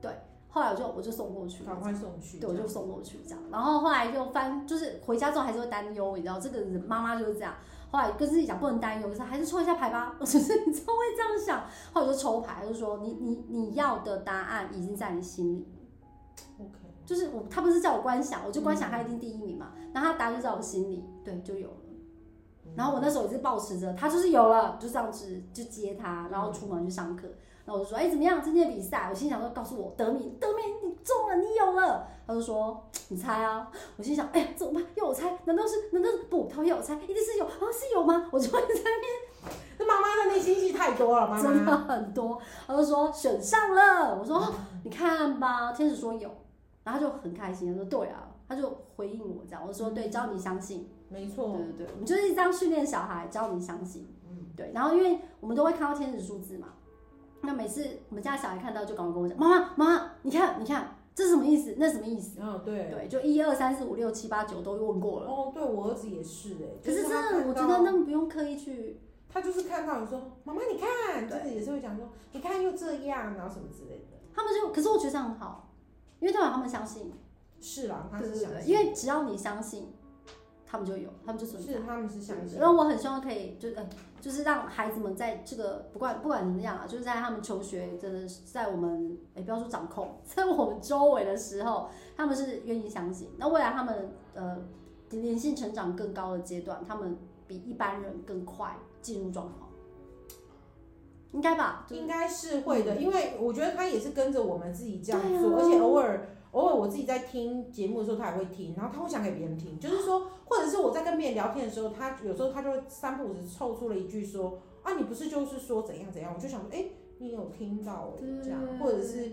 [SPEAKER 2] 对，后来我就我就送过去了
[SPEAKER 1] 赶，快送去。
[SPEAKER 2] 对，我就送过去这样。然后后来就翻，就是回家之后还是会担忧，你知道，这个人妈妈就是这样。后来跟自己讲不能担忧，可是还是抽一下牌吧。 我只是你知道会这样想，后来我就抽牌，就说你你你要的答案已经在你心里。
[SPEAKER 1] OK，
[SPEAKER 2] 嗯就是我，他不是叫我观想，我就观想他一定第一名嘛，然后他答就在我心里，对，就有了。
[SPEAKER 1] 嗯
[SPEAKER 2] 然后我那时候也是保持着，他就是有了，就这样子就接他，然后出门去上课。然后我就说，哎、怎么样？今天的比赛，我心想说，告诉我德明，德明你中了，你有了。他就说，你猜啊。我心想，哎呀，怎么办？要我猜？难道是？难道是不？他要我猜，一定是有啊，是有吗？我就会 在
[SPEAKER 1] 那妈妈的内心戏太多了，妈
[SPEAKER 2] 真的
[SPEAKER 1] 妈。
[SPEAKER 2] 很多。他就说选上了，我说、哦你看吧，天使说有，然后他就很开心，他说对啊，他就回应我这样，我说对，只要你相信，
[SPEAKER 1] 没
[SPEAKER 2] 对
[SPEAKER 1] 错，
[SPEAKER 2] 对对，我们就是这样训练小孩，只要你相信，
[SPEAKER 1] 嗯
[SPEAKER 2] 对。然后因为我们都会看到天使数字嘛，那每次我们家小孩看到就赶快跟我讲，妈妈妈妈，你看你看，这是什么意思？那什么意思？
[SPEAKER 1] 嗯，对。
[SPEAKER 2] 对，就一二三四五六七八九都问过了。
[SPEAKER 1] 哦，对我儿子也是哎，
[SPEAKER 2] 可是
[SPEAKER 1] 就他
[SPEAKER 2] 真的，我
[SPEAKER 1] 看到
[SPEAKER 2] 觉得那个不用刻意去，
[SPEAKER 1] 他就是看到你说妈妈你看，
[SPEAKER 2] 对
[SPEAKER 1] 就是也是会讲说你看又这样，然后什么之类的。
[SPEAKER 2] 他们就，可是我觉得这样很好，因为代表他们相信。
[SPEAKER 1] 是啦，哦他
[SPEAKER 2] 对
[SPEAKER 1] 是
[SPEAKER 2] 对
[SPEAKER 1] 相
[SPEAKER 2] 对，
[SPEAKER 1] 信，
[SPEAKER 2] 因为只要你相信，他们就有，他们就存在
[SPEAKER 1] 是。他们是相信
[SPEAKER 2] 然。后我很希望可以，就是、呃、就是让孩子们在这个不管不管怎么样啊，就是在他们求学，真的是在我们也、不要说掌控， 在我们周围的时候，他们是愿意相信。那未来他们呃灵性成长更高的阶段，他们比一般人更快进入状况，应该吧？就是
[SPEAKER 1] 应该是会的，因为我觉得他也是跟着我们自己这样
[SPEAKER 2] 对啊
[SPEAKER 1] 做，而且偶尔偶尔我自己在听节目的时候，他也会听，然后他会讲给别人听，就是说，或者是我在跟别人聊天的时候，他有时候他就会三不五时凑出了一句说啊，你不是就是说怎样怎样，我就想说，哎、你有听到哎、
[SPEAKER 2] 对
[SPEAKER 1] 这样，或者是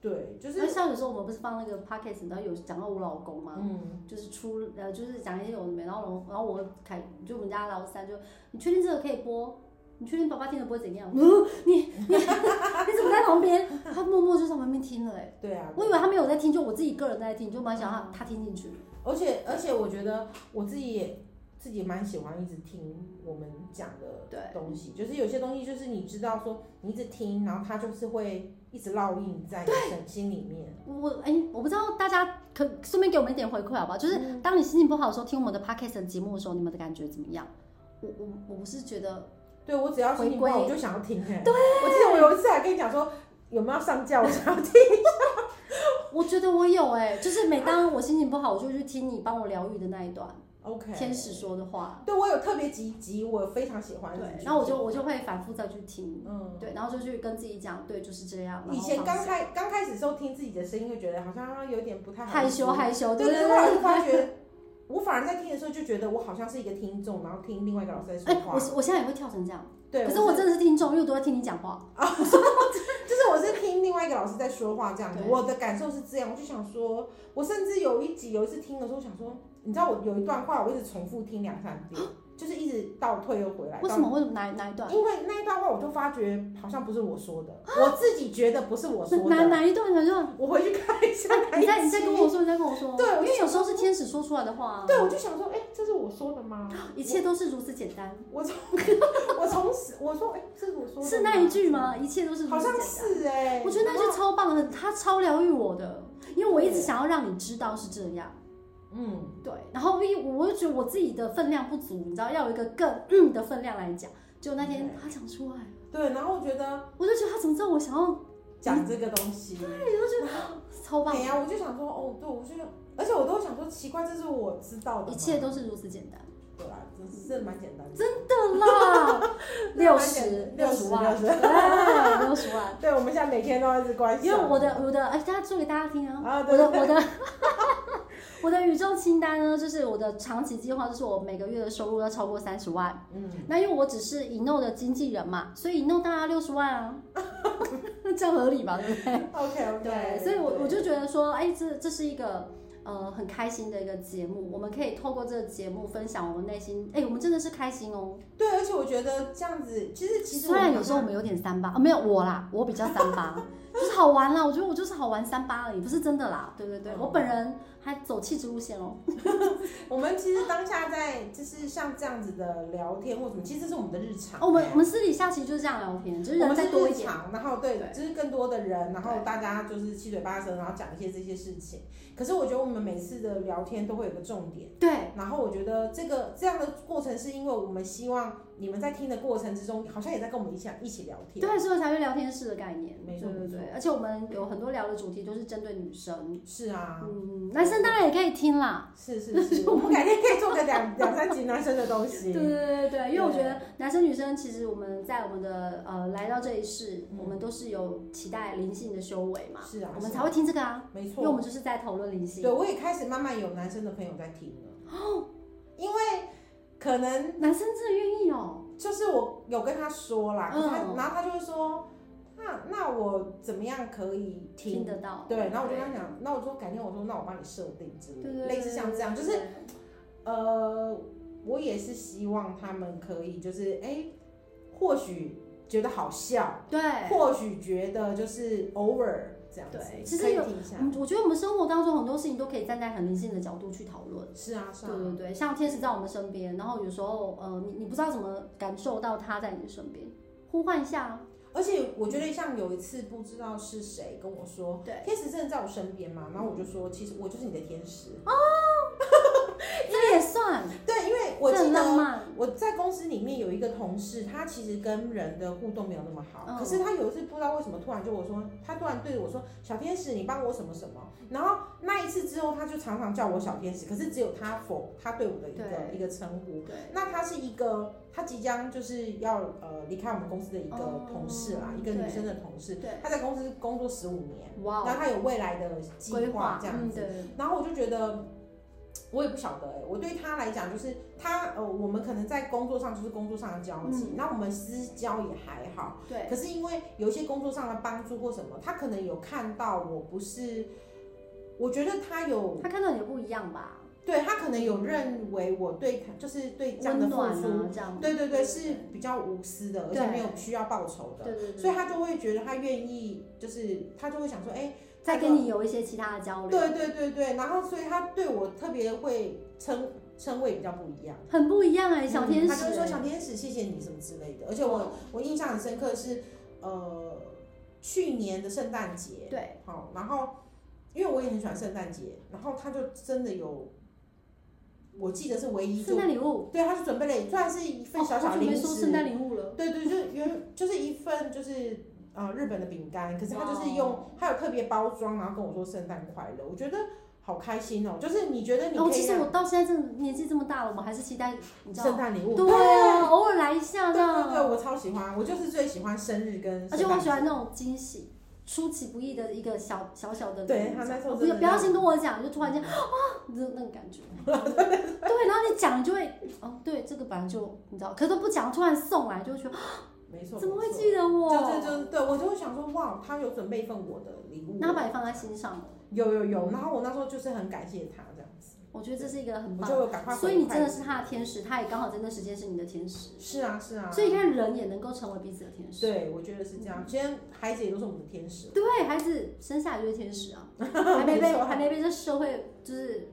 [SPEAKER 1] 对，就
[SPEAKER 2] 那
[SPEAKER 1] 是
[SPEAKER 2] 像有时候我们不是放那个 podcast，然后有讲到我老公吗？
[SPEAKER 1] 嗯，
[SPEAKER 2] 就是出呃，就是讲一些有的没，然后我然后我凯就我们家老三就，你确定这个可以播？你确定爸爸听了不会怎样？嗯， 你你你怎么在旁边？他默默就在旁边听了哎、
[SPEAKER 1] 对啊，
[SPEAKER 2] 我以为他没有在听，就我自己个人在听，就蛮想他他听进去。
[SPEAKER 1] 而且而且我觉得我自己也自己也蛮喜欢一直听我们讲
[SPEAKER 2] 对
[SPEAKER 1] 的东西，就是有些东西就是你知道说你一直听，然后它就是会一直烙印在你身心里面。
[SPEAKER 2] 我哎、我不知道大家可顺便给我们一点回馈好不好？
[SPEAKER 1] 嗯
[SPEAKER 2] 就是当你心情不好的时候，听我们的 podcast 的节目的时候，你们的感觉怎么样？我我我是觉得
[SPEAKER 1] 对我只要心情不
[SPEAKER 2] 回
[SPEAKER 1] 好，
[SPEAKER 2] 归
[SPEAKER 1] 我就想要听、欸。对，我记得我有一次还跟你讲说有没有要上架，我想要听。
[SPEAKER 2] 我觉得我有哎、就是每当我心情不好，我就去听你帮我疗愈的那一段
[SPEAKER 1] OK，
[SPEAKER 2] 天使说的话。
[SPEAKER 1] 对我有特别几集，我非常喜欢。
[SPEAKER 2] 对，然后我就我就会反复再去听，
[SPEAKER 1] 嗯。
[SPEAKER 2] 对，然后就去跟自己讲，对，就是这样。然后
[SPEAKER 1] 以前刚
[SPEAKER 2] 放松
[SPEAKER 1] 开刚开始的时候听自己的声音，会觉得好像有点不太好
[SPEAKER 2] 害羞
[SPEAKER 1] 意思
[SPEAKER 2] 害羞，
[SPEAKER 1] 对
[SPEAKER 2] 对
[SPEAKER 1] 对，
[SPEAKER 2] 对
[SPEAKER 1] 我老
[SPEAKER 2] 对。
[SPEAKER 1] 是发 觉，我反而在听的时候就觉得我好像是一个听众，然后听另外一个老师在
[SPEAKER 2] 哎
[SPEAKER 1] 说，话。
[SPEAKER 2] 我我现在也会跳成这样，
[SPEAKER 1] 对，
[SPEAKER 2] 可是我
[SPEAKER 1] 就
[SPEAKER 2] 真的是听众，因为我都在听你讲话。
[SPEAKER 1] 是我是听另外一个老师在说话这样子，
[SPEAKER 2] 对
[SPEAKER 1] 我的感受是这样，我就想说，我甚至有一集有一次听的时候，我想说，你知道我有一段话，我一直重复听两三遍，就是一直倒退又回来。
[SPEAKER 2] 啊为什么？为什么哪哪一
[SPEAKER 1] 倒？
[SPEAKER 2] 段？
[SPEAKER 1] 因为那一段话，我就发觉好像不是我说的，我自己觉得不是我说
[SPEAKER 2] 哪
[SPEAKER 1] 的。
[SPEAKER 2] 哪一段？哪一段？
[SPEAKER 1] 我回去看一下哪一集。
[SPEAKER 2] 你再你再跟我说，你再跟我说。
[SPEAKER 1] 对我就
[SPEAKER 2] 因为有时候是天使说出来的话啊，
[SPEAKER 1] 对，我就想说，哎、这是我说的吗？
[SPEAKER 2] 一切都是如此简单。
[SPEAKER 1] 我从我从此我说，哎、这是我说的
[SPEAKER 2] 是那一句吗？一切都是如
[SPEAKER 1] 好
[SPEAKER 2] 此
[SPEAKER 1] 像
[SPEAKER 2] 简单。
[SPEAKER 1] 是哎、
[SPEAKER 2] 我觉得那
[SPEAKER 1] 然
[SPEAKER 2] 句
[SPEAKER 1] 后
[SPEAKER 2] 超棒的，它超疗愈我的，因为我一直想要让你知道是这样。
[SPEAKER 1] 嗯，
[SPEAKER 2] 对，然后因为我又觉得我自己的分量不足，你知道，要有一个更嗯的分量来讲。就那天
[SPEAKER 1] 对
[SPEAKER 2] 他讲出来，
[SPEAKER 1] 对，然后我觉得
[SPEAKER 2] 我就觉得他怎么知道我想要
[SPEAKER 1] 讲这个东西，
[SPEAKER 2] 超棒
[SPEAKER 1] 对，呀、我就想说，哦，对，我就而且我都想说，奇怪，这是我知道的吗，
[SPEAKER 2] 一切都是如此简单，
[SPEAKER 1] 对啦，真是真的蛮简单的，
[SPEAKER 2] 真的啦， 六十
[SPEAKER 1] 六
[SPEAKER 2] 十
[SPEAKER 1] 十
[SPEAKER 2] 万，
[SPEAKER 1] 六十
[SPEAKER 2] 对，六十万，
[SPEAKER 1] 对，我们现在每天都一直关心，
[SPEAKER 2] 因为我的我的哎，大家说给大家听啊，
[SPEAKER 1] 啊，
[SPEAKER 2] 我
[SPEAKER 1] 对
[SPEAKER 2] 的我的 我的宇宙清单呢，就是我的长期计划，就是我每个月的收入要超过三十万。
[SPEAKER 1] 嗯，
[SPEAKER 2] 那因为我只是 Eno 的经纪人嘛，所以 Eno 大概六十万啊， 这样合理吧？对不对？
[SPEAKER 1] ，OK OK，
[SPEAKER 2] 对，所以我我就觉得说，哎、这这是一个呃很开心的一个节目，我们可以透过这个节目分享我们内心，哎、我们真的是开心哦。
[SPEAKER 1] 对，而且我觉得这样子，其实其实
[SPEAKER 2] 虽然有时候我
[SPEAKER 1] 们
[SPEAKER 2] 们有点三八啊，没有我啦，我比较三 八，就是好玩啦。我觉得我就是好玩三八而已，不是真的啦。对对对，
[SPEAKER 1] 嗯
[SPEAKER 2] 我本人还走气质路线哦。
[SPEAKER 1] 我们其实当下在就是像这样子的聊天或什么，其实是我们的日常、
[SPEAKER 2] 哦，我们
[SPEAKER 1] 哎
[SPEAKER 2] 我们私底下其实就是这样聊天，就是
[SPEAKER 1] 我
[SPEAKER 2] 人
[SPEAKER 1] 们
[SPEAKER 2] 再
[SPEAKER 1] 是
[SPEAKER 2] 多一
[SPEAKER 1] 日
[SPEAKER 2] 点。
[SPEAKER 1] 常，然后对，
[SPEAKER 2] 对
[SPEAKER 1] 就是更多的人，然后
[SPEAKER 2] 对
[SPEAKER 1] 大家就是七嘴八舌，然后讲一些这些事情。可是我觉得我们每次的聊天都会有个重点，
[SPEAKER 2] 对
[SPEAKER 1] 然后我觉得这个这样的过程是因为我们希望你们在听的过程之中，好像也在跟我们一起一起聊天。
[SPEAKER 2] 对，所以才会聊天室的概念，
[SPEAKER 1] 没
[SPEAKER 2] 对
[SPEAKER 1] 错
[SPEAKER 2] 对
[SPEAKER 1] 没错
[SPEAKER 2] 对，而且我们有很多聊的主题都是针对女生，
[SPEAKER 1] 是 啊，
[SPEAKER 2] 嗯，男生当然也可以听啦，
[SPEAKER 1] 是是 是，我们改天可以做个两 两三集男生的东西。
[SPEAKER 2] 对对对对，因为我觉得男生女生其实我们在我们的呃来到这一世，
[SPEAKER 1] 嗯
[SPEAKER 2] 我们都是有期待灵性的修为嘛，
[SPEAKER 1] 是啊，
[SPEAKER 2] 我们
[SPEAKER 1] 是啊
[SPEAKER 2] 才会听这个啊，
[SPEAKER 1] 没
[SPEAKER 2] 因为我
[SPEAKER 1] 错。
[SPEAKER 2] 们就是在讨论灵性
[SPEAKER 1] 对，，我也开始慢慢有男生的朋友在听了，
[SPEAKER 2] 哦
[SPEAKER 1] 因为可能
[SPEAKER 2] 男生真的愿意哦，
[SPEAKER 1] 就是我有跟他说啦，可是他
[SPEAKER 2] 嗯
[SPEAKER 1] 然后他就会说，那那我怎么样可以听？
[SPEAKER 2] 听得到，
[SPEAKER 1] 对，然后我就跟他讲，那我就改天我说，那我帮你设定之类
[SPEAKER 2] 对对
[SPEAKER 1] 的，
[SPEAKER 2] 对，
[SPEAKER 1] 类似像这样，就是
[SPEAKER 2] 对
[SPEAKER 1] 呃，我也是希望他们可以就是哎、或许觉得好笑，
[SPEAKER 2] 对。
[SPEAKER 1] 或许觉得就是偶尔这样子
[SPEAKER 2] 对，其
[SPEAKER 1] 可
[SPEAKER 2] 实
[SPEAKER 1] 以
[SPEAKER 2] 有
[SPEAKER 1] 听一下。
[SPEAKER 2] 嗯，我觉得我们生活当中很多事情都可以站在很灵性的角度去讨论。
[SPEAKER 1] 是啊，是
[SPEAKER 2] 对
[SPEAKER 1] 啊，
[SPEAKER 2] 对对，像天使在我们身边，然后有时候呃，你你不知道怎么感受到他在你的身边，呼唤一下啊，
[SPEAKER 1] 而且我觉得像有一次不知道是谁跟我说，
[SPEAKER 2] 对
[SPEAKER 1] 天使真的在我身边嘛，然后我就说，其实我就是你的天使。
[SPEAKER 2] 这也算，
[SPEAKER 1] 对，因为我
[SPEAKER 2] 这很
[SPEAKER 1] 记
[SPEAKER 2] 浪
[SPEAKER 1] 得哦
[SPEAKER 2] 漫，
[SPEAKER 1] 我在公司里面有一个同事，他其实跟人的互动没有那么好，
[SPEAKER 2] 嗯
[SPEAKER 1] 可是他有一次不知道为什么突然就我说，他突然对着我说：“小天使，你帮我什么什么。”然后那一次之后，他就常常叫我小天使，可是只有他否他对我的一个
[SPEAKER 2] 对
[SPEAKER 1] 一个称呼。
[SPEAKER 2] 对，
[SPEAKER 1] 那她是一个，她即将就是要呃离开我们公司的一个
[SPEAKER 2] 哦
[SPEAKER 1] 同事啦，一个女
[SPEAKER 2] 对
[SPEAKER 1] 生的同事
[SPEAKER 2] 对，
[SPEAKER 1] 她在公司工作十五年，
[SPEAKER 2] 哇
[SPEAKER 1] 然后
[SPEAKER 2] 哦，
[SPEAKER 1] 她有未来的计
[SPEAKER 2] 规
[SPEAKER 1] 划
[SPEAKER 2] 划
[SPEAKER 1] 这样
[SPEAKER 2] 嗯
[SPEAKER 1] 子，
[SPEAKER 2] 对，
[SPEAKER 1] 然后我就觉得，我也不晓得哎、我对他来讲就是他呃，我们可能在工作上就是工作上的交集，那、我们私交也还好。
[SPEAKER 2] 嗯对
[SPEAKER 1] 可是因为有一些工作上的帮助或什么，他可能有看到我不是，我觉得他有
[SPEAKER 2] 他看到你的不一样吧，
[SPEAKER 1] 对他可能有认为我对他就是对这样的
[SPEAKER 2] 温
[SPEAKER 1] 付
[SPEAKER 2] 暖
[SPEAKER 1] 出，
[SPEAKER 2] 啊，这样，
[SPEAKER 1] 对对对，是比较无私的，而且
[SPEAKER 2] 对
[SPEAKER 1] 没有需要报酬的，
[SPEAKER 2] 对对
[SPEAKER 1] 所以
[SPEAKER 2] 对，
[SPEAKER 1] 他就会觉得他愿意，就是他就会想说，哎、
[SPEAKER 2] 再跟你有一些其他的交流，
[SPEAKER 1] 对对对对，然后所以他对我特别会称称谓比较不一样。
[SPEAKER 2] 很不一样哎，小天
[SPEAKER 1] 嗯他就会说
[SPEAKER 2] 使，
[SPEAKER 1] 小天使，谢谢你什么之类的。而且我我印象很深刻是，呃，去年的圣诞节，
[SPEAKER 2] 对，
[SPEAKER 1] 好，然后因为我也很喜欢圣诞节，然后他就真的有，我记得是唯一
[SPEAKER 2] 圣
[SPEAKER 1] 就
[SPEAKER 2] 诞礼物，
[SPEAKER 1] 对，他就准备了，虽然是一份小
[SPEAKER 2] 哦
[SPEAKER 1] 小
[SPEAKER 2] 我准
[SPEAKER 1] 零
[SPEAKER 2] 备说圣
[SPEAKER 1] 食，
[SPEAKER 2] 诞礼物了，
[SPEAKER 1] 对对，就原就是一份就是呃日本的饼干，可是它就是
[SPEAKER 2] 哇
[SPEAKER 1] 用它有特别包装，然后跟我说圣诞快乐，我觉得好开心哦、就是你觉得你
[SPEAKER 2] 哦，
[SPEAKER 1] 可
[SPEAKER 2] 其
[SPEAKER 1] 以
[SPEAKER 2] 实
[SPEAKER 1] 让
[SPEAKER 2] 我到现在这年纪这么大了，我还是期待，你知道
[SPEAKER 1] 圣
[SPEAKER 2] 吗？
[SPEAKER 1] 诞礼物，
[SPEAKER 2] 对啊，偶尔来一下
[SPEAKER 1] 对
[SPEAKER 2] 这样。
[SPEAKER 1] 对对，我超喜欢，我就是最喜欢生日跟圣诞节，
[SPEAKER 2] 而且我很喜欢那种惊喜，出其不意的一个小小小的那种。
[SPEAKER 1] 对他那时候
[SPEAKER 2] 哦不
[SPEAKER 1] 真
[SPEAKER 2] 要
[SPEAKER 1] 的
[SPEAKER 2] 不要先跟我讲，就突然间啊，那那种感觉。对，然后你讲，你就会哦，对，这个本来就你知道，可都不讲，突然送来，就会觉得
[SPEAKER 1] 没错，
[SPEAKER 2] 怎么会
[SPEAKER 1] 没错
[SPEAKER 2] 记得我？
[SPEAKER 1] 就就就对我就会想说，哇，他有准备一份我的礼物，
[SPEAKER 2] 那他把你放在心上了，
[SPEAKER 1] 有有有，然后我那时候就是很感谢他这样子，
[SPEAKER 2] 我觉得这是一个很
[SPEAKER 1] 我
[SPEAKER 2] 棒
[SPEAKER 1] 就。有赶快回馈，
[SPEAKER 2] 所以你真的是他的天使，他也刚好在那时间是你的天使。
[SPEAKER 1] 是啊是啊，
[SPEAKER 2] 所以你嗯看，人也能够成为彼此的天使。
[SPEAKER 1] 对我觉得是这样，今天孩子也都是我们的天使，
[SPEAKER 2] 对孩子生下来就是天使啊，还没
[SPEAKER 1] 没
[SPEAKER 2] 被
[SPEAKER 1] 错
[SPEAKER 2] 还没被这社会就是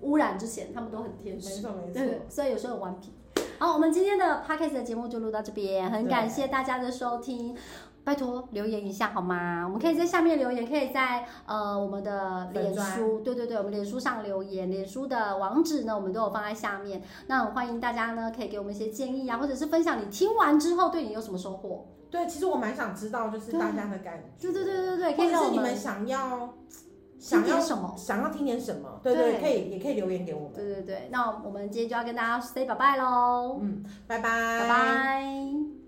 [SPEAKER 2] 污染之前，他们都很天
[SPEAKER 1] 没
[SPEAKER 2] 使。
[SPEAKER 1] 错没错
[SPEAKER 2] 对，，所以有时候很顽皮。好，我们今天的 podcast 的节目就录到这边，很
[SPEAKER 1] 对
[SPEAKER 2] 感谢大家的收听，拜托留言一下好吗？我们可以在下面留言，可以在呃我们的
[SPEAKER 1] 粉
[SPEAKER 2] 脸
[SPEAKER 1] 专
[SPEAKER 2] 书，对对对，我们脸书上留言，脸书的网址呢我们都有放在下面。那很欢迎大家呢可以给我们一些建议啊，或者是分享你听完之后对你有什么收获。
[SPEAKER 1] 对，其实我蛮想知道就是
[SPEAKER 2] 对
[SPEAKER 1] 大家的感觉，
[SPEAKER 2] 对对对对对，可
[SPEAKER 1] 或
[SPEAKER 2] 以
[SPEAKER 1] 者
[SPEAKER 2] 让
[SPEAKER 1] 是
[SPEAKER 2] 我
[SPEAKER 1] 你们
[SPEAKER 2] 们
[SPEAKER 1] 想要
[SPEAKER 2] 听
[SPEAKER 1] 想
[SPEAKER 2] 点
[SPEAKER 1] 要
[SPEAKER 2] 什么。
[SPEAKER 1] 想要听点什么，对对，
[SPEAKER 2] 对
[SPEAKER 1] 可以也可以留言给我们，
[SPEAKER 2] 对对对，那我们今天就要跟大家 say 拜拜喽，
[SPEAKER 1] 嗯，拜
[SPEAKER 2] 拜拜。